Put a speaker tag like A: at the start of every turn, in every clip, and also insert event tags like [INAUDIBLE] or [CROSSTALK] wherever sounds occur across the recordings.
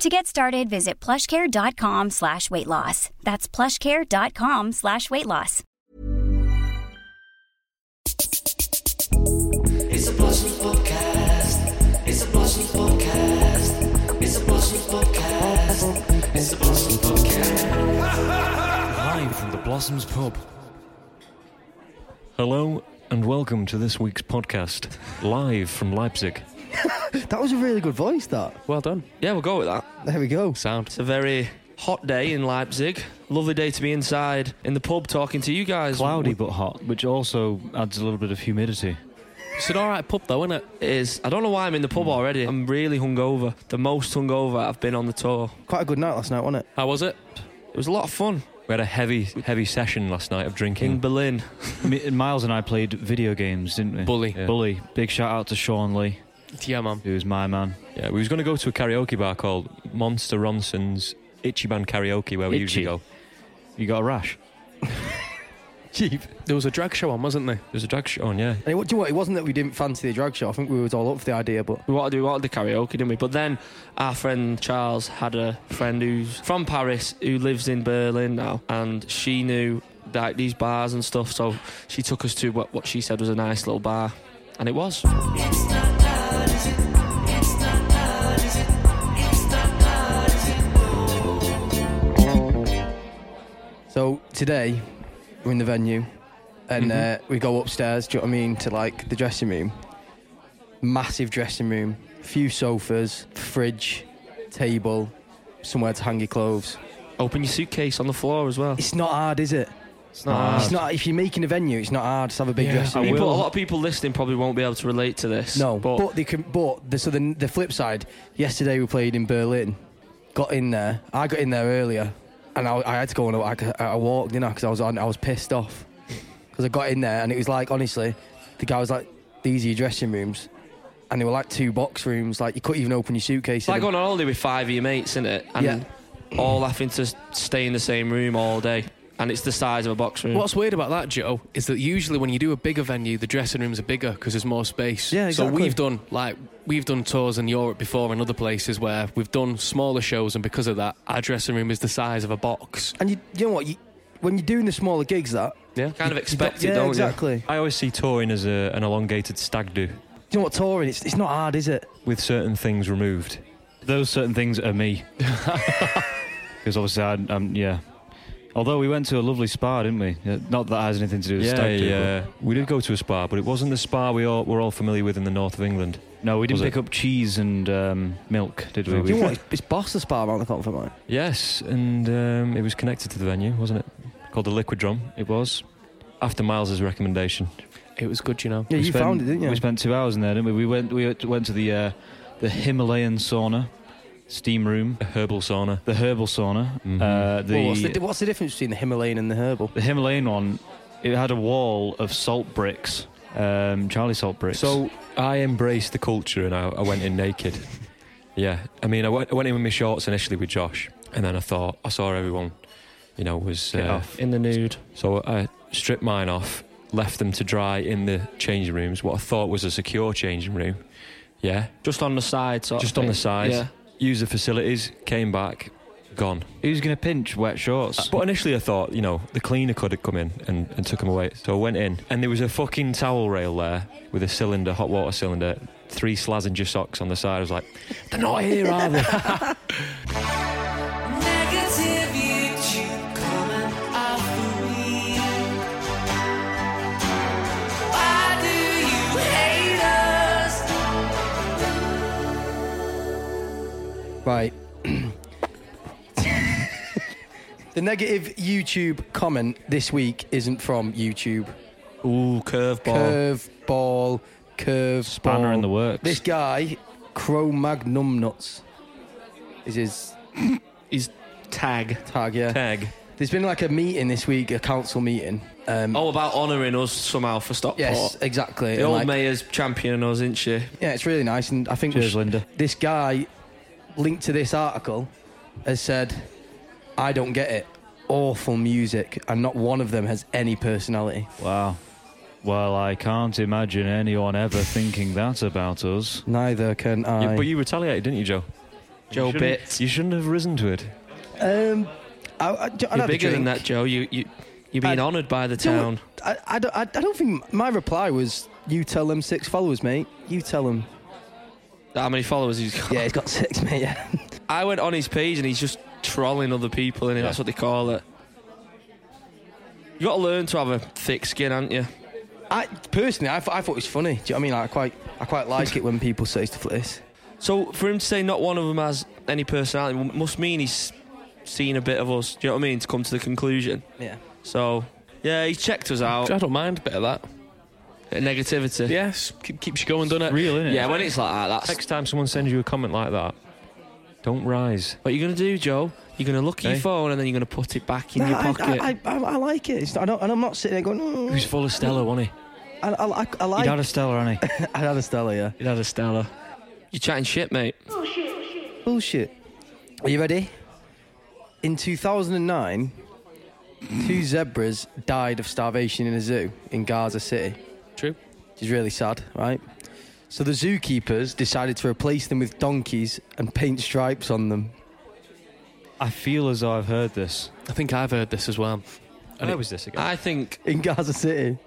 A: To get started, visit plushcare.com slash weight loss. That's plushcare.com slash weight loss.
B: It's a Blossoms podcast. It's a Blossoms podcast. It's a Blossoms podcast. It's a Blossoms podcast. Live from the Blossoms pub.
C: Hello and welcome to this week's podcast, live from Leipzig.
D: That was a really good voice, that.
E: Well done.
B: Yeah, we'll go with that.
D: There we go.
E: Sound.
B: It's a very hot day in Leipzig. Lovely day to be inside in the pub talking to you guys.
C: Cloudy but hot, which also adds a little bit of humidity.
E: It's an alright pub though, isn't it?
B: It is. I don't know why I'm in the pub already. I'm really hungover. The most hungover I've been on the tour.
D: Quite a good night last night, wasn't it?
E: How was it?
B: It was a lot of fun
C: We had a heavy, heavy session last night of
B: in
C: drinking.
B: Berlin.
F: Mi- Miles and I played video games, didn't we?
E: Bully.
C: Yeah.
F: Bully. Big shout out to Sean Lee,
E: Yeah, man.
F: who's my man.
C: Yeah, we was going to go to a karaoke bar called Monster Ronson's Ichiban Karaoke, where we usually
F: Itchy.
C: go.
F: You got a rash?
D: Cheap.
E: There was a drag show on, wasn't there?
C: There was a drag show on, yeah.
D: And it, do you know what? It wasn't that we didn't fancy the drag show. I think we was all up for the idea, but
B: We wanted, we wanted the karaoke, didn't we? But then our friend Charles had a friend who's from Paris who lives in Berlin now, and she knew like these bars and stuff. So she took us to what, what she said was a nice little bar, and it was.
D: so today we're in the venue and
B: Mm-hmm.
D: uh, we go upstairs. Do you know what I mean? To like the dressing room, massive dressing room, few sofas, fridge, table, somewhere to hang your clothes.
B: Open your suitcase on the floor as well.
D: It's not hard, is it?
B: It's not
F: Ah,
D: It's
B: hard.
D: not. If you're making a venue, it's not hard to have a big
E: Yeah,
D: dressing
E: I
D: room.
B: People,
E: will.
B: a lot of people listening probably won't be able to relate to this.
D: No, but,
B: but,
D: they can. But the, so the, the flip side. Yesterday we played in Berlin. Got in there. I got in there earlier, and I, I had to go on. a- I, I walked in because I was on. I was pissed off because I got in there and it was like honestly, the guy was like, "These are your dressing rooms," and they were like two box rooms. Like you couldn't even open your suitcase.
B: it's like going on holiday with five of your mates, isn't it? And all having to s- stay in the same room all day, and it's the size of a box
D: Mm.
B: room.
E: What's weird about that, Joe, is that usually when you do a bigger venue, the dressing rooms are bigger because there's more space.
D: Yeah,
E: So
D: exactly.
E: we've done like we've done tours in Europe before and other places where we've done smaller shows, and because of that, our dressing room is the size of a box.
D: and you, you know what? You, when you're doing the smaller gigs, that
E: Yeah.
B: kind of expected,
D: yeah,
B: don't you?
D: exactly.
C: I always see touring as a, an elongated stag do
D: Do you know what? Touring, it's, it's not hard, is it?
C: with certain things removed.
F: Those certain things
B: [LAUGHS]
F: are me. Because obviously, I, um, yeah. Although we went to a lovely spa, didn't we? Yeah, Not that has anything to do with
C: Yeah,
F: stag do,
C: yeah. We did go to a spa, but it wasn't the spa we all, we're all familiar with in the north of England.
F: but- No, we didn't
C: Was
F: pick up cheese and um, milk, did
C: No,
F: we?
C: we
D: Do you
F: we
D: know what? It's, it's boss the spa around the corner for mine.
C: Yes, and um, it was connected to the venue, wasn't it? Called the Liquid Drum.
F: it was.
C: After Miles's recommendation,
E: It was good, you know.
D: Yeah,
F: [LAUGHS] we
D: you
F: spent,
D: found it, didn't you?
F: We spent two hours in there, didn't we? We went. We went to the uh, the Himalayan sauna, steam room,
C: a herbal sauna.
F: the herbal sauna,
C: Mhm.
F: uh,
D: Well, what's, the, what's the difference between the Himalayan and the herbal?
F: The Himalayan one, it had a wall of salt bricks, um, Charlie salt bricks.
C: So I embraced the culture and I, I went in naked. Yeah, I mean, I went, I went in with my shorts initially with Josh, and then I thought I saw everyone, you know, was
F: Get
C: uh,
F: off.
B: In the nude.
C: so I stripped mine off, left them to dry in the changing rooms, what I thought was a secure changing room. Yeah,
B: Just on the side, sort of
C: just on the
B: thing.
C: side.
B: Yeah.
C: Used the facilities, came back, gone.
F: who's going to pinch wet shorts?
C: But initially, I thought, you know, the cleaner could have come in and, and took him away. So I went in, and there was a fucking towel rail there with a cylinder, hot water cylinder, three Slazenger socks on the side. I was like, they're not here, are they?
B: Negative YouTube comment after me. Why do you hate us?
D: Right. [CLEARS THROAT] the negative YouTube comment this week isn't from YouTube.
B: Ooh, curveball.
D: Curve ball, curve
F: Spanner
D: ball.
F: in the works.
D: This guy, Cro Magnum Nuts, is his
B: Tag.
D: tag, yeah.
C: Tag.
D: There's been like a meeting this week, a council meeting. Um,
B: Oh, about honouring us somehow for Stockport.
D: yes, exactly.
B: The
D: And,
B: old
D: like,
B: mayor's championing us, isn't she?
D: yeah, it's really nice, and I think we
F: Cheers, Linda.
D: this guy linked to this article has said, I don't get it. Awful music, and not one of them has any personality.
F: Wow. Well, I can't imagine anyone ever thinking that about us.
D: Neither can
C: You-
D: I.
C: but you retaliated, didn't you, Joe?
B: Joe
C: you shouldn't-
B: Bits.
C: You shouldn't have risen to it.
D: um, I, I, I'd have
B: You're
D: a
B: bigger than
D: drink.
B: that, Joe. You, you, you're being
D: I-
B: honoured by the
D: Do you know
B: town.
D: I, I, don't, I, I don't think my reply was, You tell them six followers, mate. You tell them.
B: How many followers he's
D: [LAUGHS]
B: got?
D: Yeah, he's got six, mate. Yeah.
B: I went on his page and he's just trolling other people, and
C: Yeah.
B: that's what they call it. You got to learn to have a thick skin, haven't you?
D: I personally, I, th- I thought it was funny. Do you know what I mean? Like, I quite, I quite like it when people say stuff like this.
B: So for him to say not one of them has any personality m- must mean he's seen a bit of us. Do you know what I mean? To come to the conclusion.
D: Yeah.
B: So yeah, he checked us
F: Oh.
B: out.
E: I don't mind a bit of that.
B: Negativity.
E: Yes, keep, keeps you going, doesn't it?
F: Real, innit?
B: Yeah, when it's like that, that's
C: Next time someone sends you a comment like that, don't rise.
B: what you're gonna do, Joe. You're gonna look at
C: Hey.
B: your phone and then you're gonna put it back in
D: No,
B: your
D: I-
B: pocket.
D: I, I, I, I like it. It's not, I don't, and I'm not sitting there going,
C: He was
D: mm,
C: full of Stella, wasn't he?
D: I, I, I, I
F: You'd
D: like
F: had a Stella, Annie.
D: [LAUGHS] I had a Stella, yeah.
B: You'd had a Stella. You're chatting shit, mate.
D: Bullshit. Are you ready? In 2009, two zebras died of starvation in a zoo in Gaza City,
E: True.
D: which is really sad, right? So the zookeepers decided to replace them with donkeys and paint stripes on them.
F: I feel as though I've heard this.
E: I think I've heard this as well. And
C: Where
E: it-
C: was this again?
B: I think
D: In Gaza City.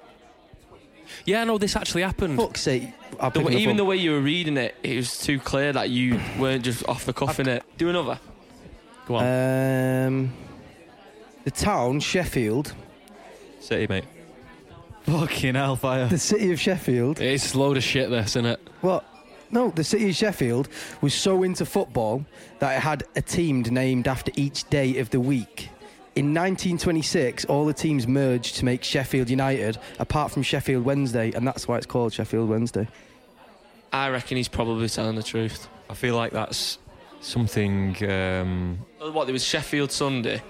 E: Yeah, no, this actually happened.
D: Fuck's sake. I'll
B: the
D: pick
B: way,
D: another
B: even
D: one.
B: the way you were reading it, it was too clear that you weren't just off the cuff in it. Do another.
E: Go on.
D: Um, the town, Sheffield,
C: City, mate.
F: Fucking hellfire.
D: the city of Sheffield,
E: it's a load of shit, this, isn't it?
D: Well, no, the city of Sheffield was so into football that it had a team named after each day of the week. In 1926, all the teams merged to make Sheffield United, apart from Sheffield Wednesday, and that's why it's called Sheffield Wednesday.
B: I reckon he's probably telling the truth.
C: I feel like that's something. Um,
B: Oh, What there was Sheffield Sunday.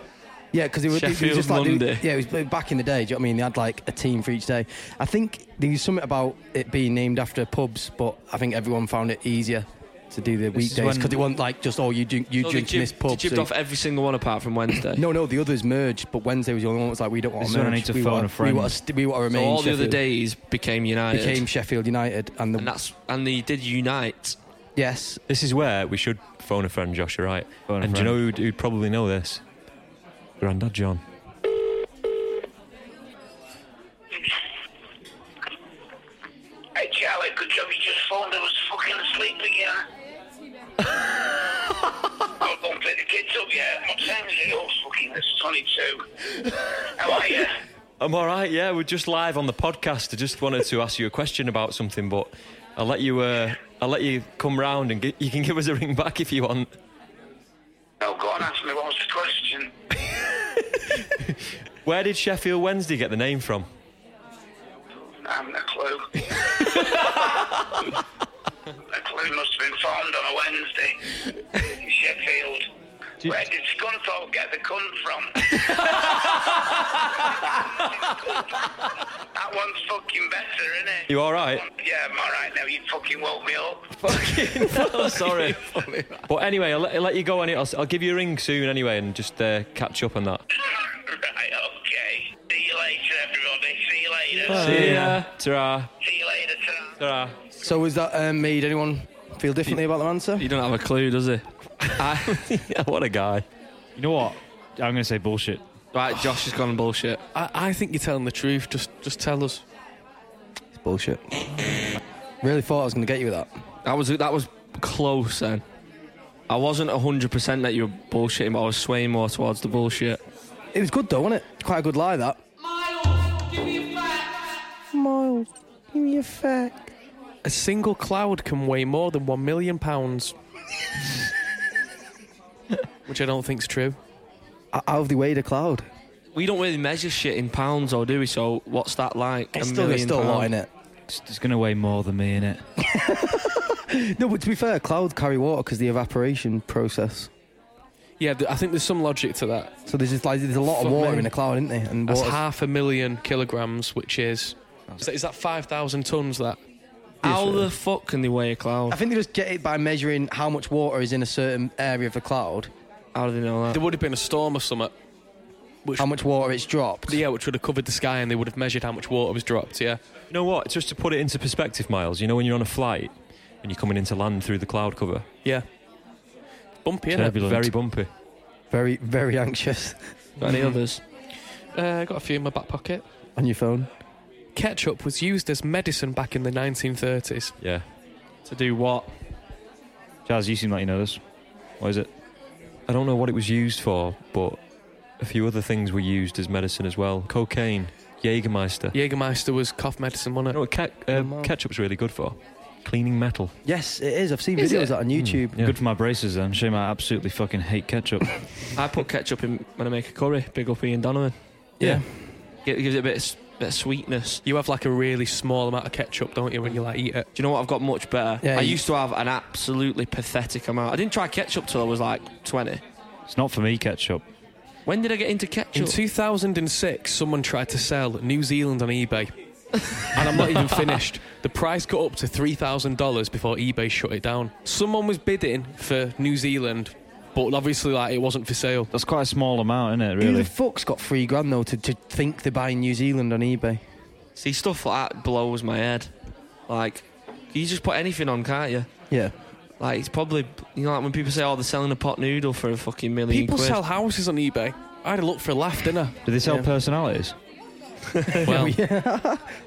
D: Yeah, because they were, they- they were
B: Sheffield
D: just like they were-
B: Monday.
D: yeah, it was back in the day. Do you know what I mean? They had like a team for each day. I think there was something about it being named after pubs, but I think everyone found it easier to do the
F: This is
D: weekdays
F: when-
D: because they weren't like just oh you drink you
B: So they
D: drink in this
B: gib-
D: pub.
B: They jibbed
D: so-
B: off every single one apart from Wednesday.
D: No, no, the others merged, but Wednesday was the only one that was like, we don't want
F: This
D: to
F: is when
D: merge.
F: I need to
D: we
F: phone
D: want
F: a friend.
D: We want to, st- we want to
B: so
D: remain
B: all the
D: Sheffield.
B: other days became United.
D: became Sheffield United, and the
B: and that's and they did unite.
D: yes,
C: this is where we should phone a friend, Josh. You're right.
F: Phone a
C: and do you
F: friend.
C: know who'd, who'd probably know this? Grandad John.
G: Hey Charlie, good job you just phoned. I was fucking asleep again.
H: [LAUGHS]
G: I've gone pick the kids up yet. What time is it? Oh, fucking, it's 22. How are you?
C: I'm all right. Yeah, we're just live on the podcast. I just wanted to ask you a question about something, but I'll let you. Uh, I'll let you come round and gi- you can give us a ring back if you want.
G: Oh, go on, ask me what was the question.
C: Where did Sheffield Wednesday get the name from?
G: I haven't a clue. a clue must have been formed on a Wednesday. in Sheffield. Where did Scunthorpe get the cunt from? that one's fucking better, innit?
C: You all [LAUGHS] right?
G: Yeah, I'm alright now. You fucking woke me up. [LAUGHS]
C: I'm sorry. but anyway, I'll let, I'll let you go. Any, I'll, I'll give you a ring soon anyway, and just uh, catch up on that.
G: right, okay. See you later, everybody. See you later.
C: See ya. Ta-ra.
G: See you later, Tom.
C: Ta-ra.
D: so was that um, made anyone feel differently about their answer?
B: He don't have a clue, does he?
C: Yeah, [LAUGHS] what a guy.
F: You know what? I'm going to say bullshit.
B: Right, Josh has gone and bullshit.
E: I, I think you're telling the truth. Just just tell us.
D: It's bullshit. really thought I was going to get you with that.
B: That was that was close then. I wasn't hundred percent that you were bullshitting, but I was swaying more towards the bullshit.
D: It was good though, wasn't it? Quite a good lie that. Miles, give me a fact. Miles, give me
E: A single cloud can weigh more than one
B: [LAUGHS]
E: million pounds. Which I don't think's true.
D: a fact. Out of the way, the cloud.
B: We don't really measure shit in pounds, though, do we? So what's that like?
D: It's still, it's still a lot in it.
F: It's, going to weigh more than me, innit?
D: No, but to be fair, clouds carry water because the evaporation process.
E: Yeah, th- I think there's some logic to that.
D: So there's just like there's a lot of
E: Fuck
D: water
E: me.
D: in a cloud, isn't there? And
E: That's
D: water's-
E: half a million kilograms, which is is that, is that five thousand tons? That
B: How the fuck can they weigh a
D: I [LAUGHS]
B: cloud?
D: think they just get it by measuring how much water is in a certain area of the cloud,
B: How do they know that?
E: there would have been a storm or something.
D: how much water it's dropped.
E: Yeah, which would have covered the sky, and they would have measured how much water was dropped. Yeah,
C: You know what? Just to put it into perspective, Miles, you know when you're on a flight and you're coming into land through the cloud cover?
E: yeah. Bumpy, is
C: Turbulent. Very bumpy.
D: Very, very anxious
B: Got any
D: Mm-hmm.
B: others?
E: Uh, I got a few in my back pocket.
D: [LAUGHS] on your phone.
E: Ketchup was used as medicine back in the 1930s.
C: Yeah.
B: To do what?
F: Jazz, you seem like you know this. What is it?
C: I don't know what it was used for, but a few other things were used as medicine as well. Cocaine, Jägermeister.
E: Jägermeister was cough medicine,
C: You
E: wasn't
C: know
E: it?
C: what ke- um, ketchup's really good for? Cleaning metal.
D: Yes, it is. I've seen
E: Is
D: videos
E: it?
D: of that on YouTube.
C: Mm, yeah.
F: Good for my braces then. Shame I absolutely fucking hate ketchup.
B: I put ketchup in when I make a curry. Big up Ian Donovan.
E: Yeah.
B: It gives it a bit of, s- bit of sweetness.
E: You have like a really small amount of ketchup, don't you, when you like eat it?
B: Do you know what I've got much better?
D: Yeah,
B: I
D: you-
B: used to have an absolutely pathetic amount. I didn't try ketchup till I was like 20.
F: it's not for me, ketchup.
B: When did I get into
E: In
B: ketchup?
E: 2006, someone tried to sell New Zealand on eBay. and I'm not [LAUGHS] even finished. The price got up to $3,000 before eBay shut it down. Someone was bidding for New Zealand, but obviously like it wasn't for sale.
F: That's quite a small amount, isn't it,
D: Who
F: really?
D: the fuck's got three grand though to, to think they're buying New Zealand on eBay?
B: See, stuff like that blows my head. Like, you just put anything on, can't you?
D: Yeah.
B: Like, it's probably, you know, like when people say, oh, they're selling a pot noodle for a fucking million
E: People
B: quid.
E: sell houses on eBay. I had a look for a laugh, didn't I?
F: Do they sell
D: Yeah.
F: personalities?
E: [LAUGHS] Well,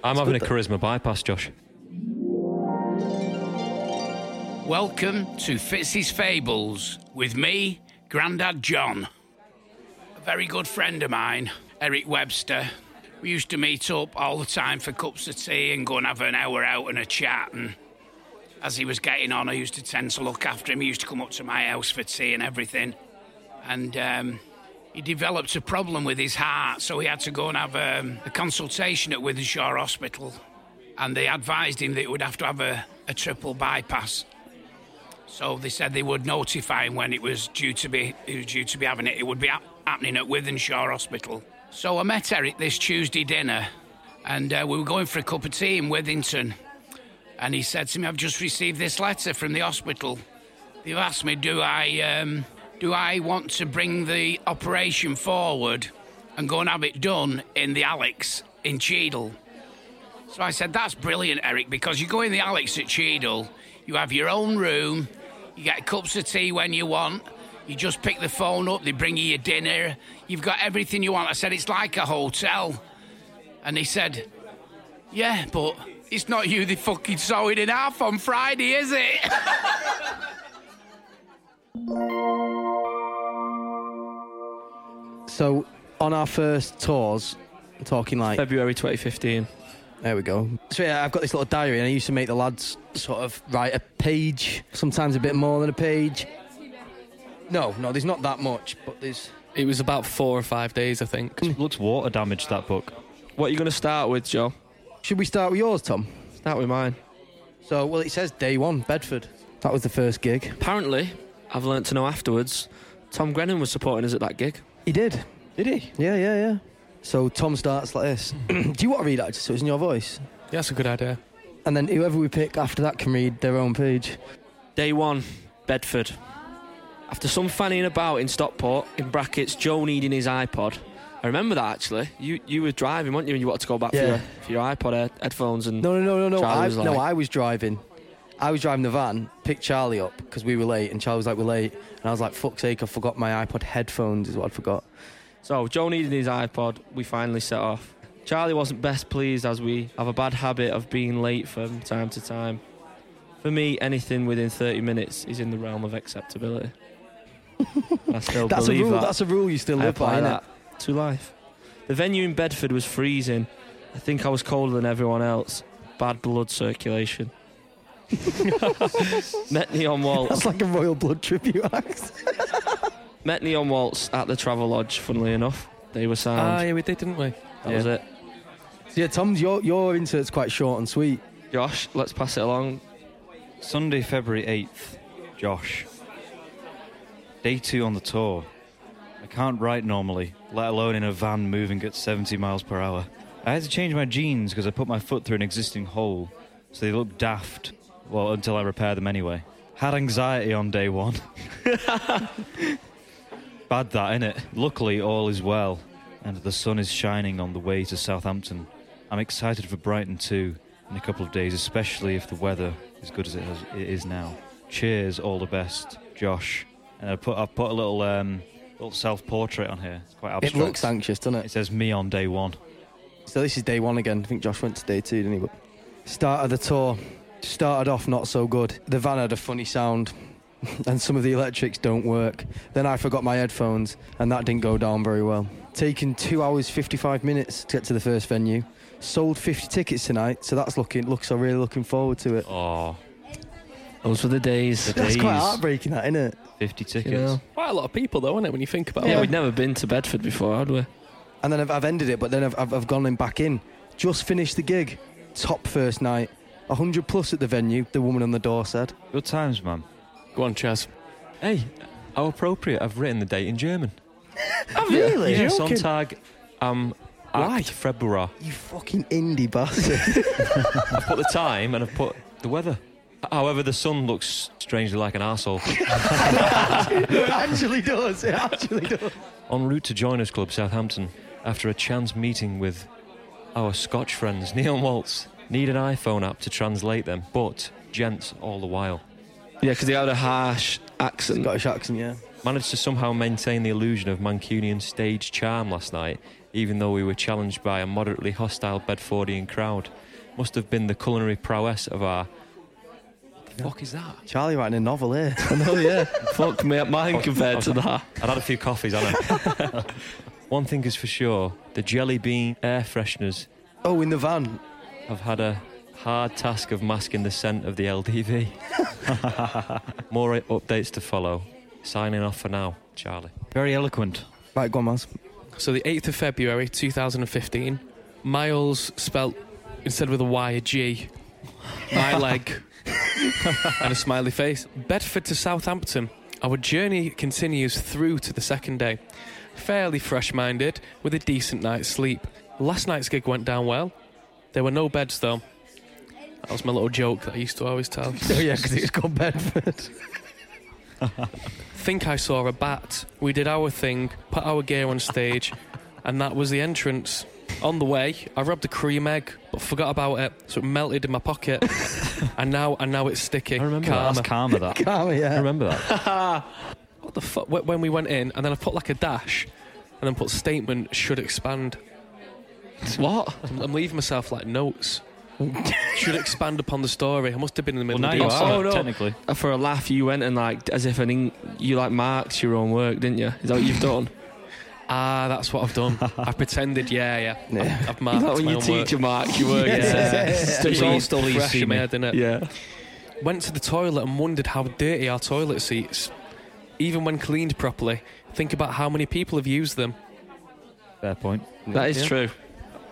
C: I'm having a charisma bypass, Josh.
H: Welcome to Fitz's Fables with me, Grandad John. A very good friend of mine, Eric Webster. We used to meet up all the time for cups of tea and go and have an hour out and a chat. And as he was getting on, I used to tend to look after him. He used to come up to my house for tea and everything. And um, he developed a problem with his heart, so he had to go and have um, a consultation at Withershore Hospital. And they advised him that he would have to have a, a triple bypass. So they said they would notify him when it was due to be he was due to be having it. It would be hap- happening at Withenshaw Hospital. So I met Eric this Tuesday dinner, and uh, we were going for a cup of tea in Withington. And he said to me, "I've just received this letter from the hospital. They've asked me, do I um, do I want to bring the operation forward and go and have it done in the Alex in Cheadle?" So I said, "That's brilliant, Eric, because you go in the Alex at Cheadle." You have your own room, you get cups of tea when you want. You just pick the phone up, they bring you your dinner. You've got everything you want. I said, it's like a hotel. And he said, yeah, but it's not you they fucking sewing in half on Friday, is it?
D: So on our first tours, talking like
B: February 2015.
D: There we go. So yeah, I've got this little diary, and I used to make the lads sort of write a page, sometimes a bit more than a page. No, no, there's not that much, but there's.
E: it was about four or five days, I think.
F: Looks water damaged, that book.
B: What are you going to start with, Joe?
D: Should we start with yours, Tom?
B: Start with mine.
D: So, well, it says day one, Bedford. That was the first gig.
B: Apparently, I've learnt to know afterwards, Tom Grennan was supporting us at that gig.
D: He did. Did he? Yeah, yeah, yeah. So Tom starts like this. [CLEARS THROAT] Do you want to read that just so it's in your voice?
E: Yeah, that's a good idea.
D: And then whoever we pick after that can read their own page.
B: Day one, Bedford. After some fanning about in Stockport, in brackets, Joe needing his iPod. I remember that actually. You you were driving, weren't you? And you wanted to go back
D: Yeah.
B: for, your, for your iPod head- headphones and
D: No, no, no, no, no.
B: Charlie
D: I,
B: was
D: No,
B: like-
D: I was driving. I was driving the van, picked Charlie up because we were late, and Charlie was like, "We're late," and I was like, "Fuck's sake, I forgot my iPod headphones." Is what I forgot.
B: So Joe needed his iPod. We finally set off. Charlie wasn't best pleased as we have a bad habit of being late from time to time. For me, anything within 30 minutes is in the realm
D: [LAUGHS]
B: of acceptability. I still
D: That's a
B: believe
D: rule.
B: that.
D: That's a rule you still
B: I
D: live by.
B: apply
D: innit?
B: that to life. The venue in Bedford was freezing. I think I was colder than everyone else. Bad
D: [LAUGHS]
B: blood circulation. Met Neon
D: [LAUGHS]
B: Waltz.
D: That's like a royal blood tribute act.
B: Met Neon Waltz at the Travelodge. Funnily enough, they were
E: Ah,
B: sound.
E: yeah, we did, didn't we?
B: that was it.
D: [LAUGHS] yeah, Tom's your your insert's quite short and sweet.
B: Josh, let's pass it along.
F: Sunday, February 8th. Josh. Day two on the tour. I can't write normally, let alone in a van moving at 70 miles per hour. I had to change my jeans because I put my foot through an existing hole, so they looked daft. Well, until I repair them anyway. Had anxiety on day one. Bad that, innit? Luckily, all is well, and the sun is shining on the way to Southampton. I'm excited for Brighton too in a couple of days, especially if the weather is good as it, has, it is now. Cheers, all the best, Josh. And I put I put a little um, little self portrait on here. It's quite
D: It
F: abstract.
D: looks anxious, doesn't
F: It
D: it?
F: says me on day one.
D: So this is day one again. I think Josh went to day two, didn't he? But start of the tour started off not so good. The van had a funny sound, [LAUGHS] and some of the electrics don't work. Then I forgot my headphones, and that didn't go down very well. Taking two hours fifty-five minutes to get to the first venue. Sold fifty tickets tonight, so that's looking looks. I'm really looking forward to it.
C: Oh,
B: Those were the days.
F: The
D: That's quite
F: days.
D: heartbreaking, that isn't it?
F: 50 tickets.
B: You know?
E: Quite a lot of people, though, isn't it, when you think about
B: Yeah,
E: it?
B: we'd never been to Bedford before, had we?
D: and then I've, I've ended it, but then I've, I've, I've gone in back in. Just finished the gig. Top first night. 100 plus at the venue, the woman on the door said.
F: Good times, man.
E: Go on, Chaz.
C: hey, how appropriate! I've written the date in German.
D: really?
C: Yeah, Sonntag. Um,
D: Why?
C: acht February.
D: You fucking indie bastard.
C: I've put the time and I've put the weather. However, the sun looks strangely like an arsehole.
D: [LAUGHS] it actually does. It actually does.
C: En route to Joiners Club, Southampton, after a chance meeting with our Scotch friends, [LAUGHS] Neil and Waltz, need an iPhone app to translate them, but gents all the while.
B: Yeah, because they had a harsh accent.
D: Scottish accent, yeah.
C: Managed to somehow maintain the illusion of Mancunian stage charm last night, even though we were challenged by a moderately hostile Bedfordian crowd. Must have been the culinary prowess of our. The fuck is that?
D: Charlie writing a novel here. [LAUGHS]
B: Oh yeah, fuck me, mine compared to that.
C: I'd had a few coffees, hadn't I? [LAUGHS] One thing is for sure the jelly bean air fresheners
D: Oh, in the van.
C: have had a hard task of masking the scent of the LDV. [LAUGHS] More updates to follow. Signing off for now, Charlie.
F: Very eloquent.
D: Right, go on, Maz.
E: So, the 8th of February 2015, Miles spelt instead with a Y, a G, my leg, and a smiley face. Bedford to Southampton. Our journey continues through to the second day. Fairly fresh minded, with a decent night's sleep. Last night's gig went down well. There were no beds, though. That was my little joke that I used to always tell.
D: Oh, yeah, because it's called Bedford.
E: think I saw a bat. We did our thing, put our gear on stage, and that was the entrance. On the way, I robbed a cream egg, but forgot about it, so it melted in my pocket, and now and now it's sticky.
C: I remember
E: Karma.
F: That's karma, that.
D: Calm,
C: I
D: yeah.
C: remember that.
E: What the fuck? When we went in, and then I put like a dash, and then put statement should expand.
B: What?
E: I'm, I'm leaving myself like notes. should expand upon the story. I must have been in the
F: Well, now
E: middle. of
F: you are,
E: the
B: Oh, no.
F: technically.
B: For a laugh, you went and like as if an Eng- you like marked your own work, didn't you? Is that what you've done?
E: Ah, that's what I've done. I pretended. Yeah, yeah.
D: Yeah.
E: I've
B: Is
E: marked
B: that when
E: my
B: you
E: own work.
B: teach your mark your work?
D: Yeah.
B: [LAUGHS] It's, uh,
E: [LAUGHS] It's all
B: still-
E: still fresh in my head, innit?
B: Yeah.
E: Went to the toilet and wondered how dirty our toilet seats, even when cleaned properly. Think about how many people have used them.
F: Fair point.
B: That is
E: Yeah.
B: true.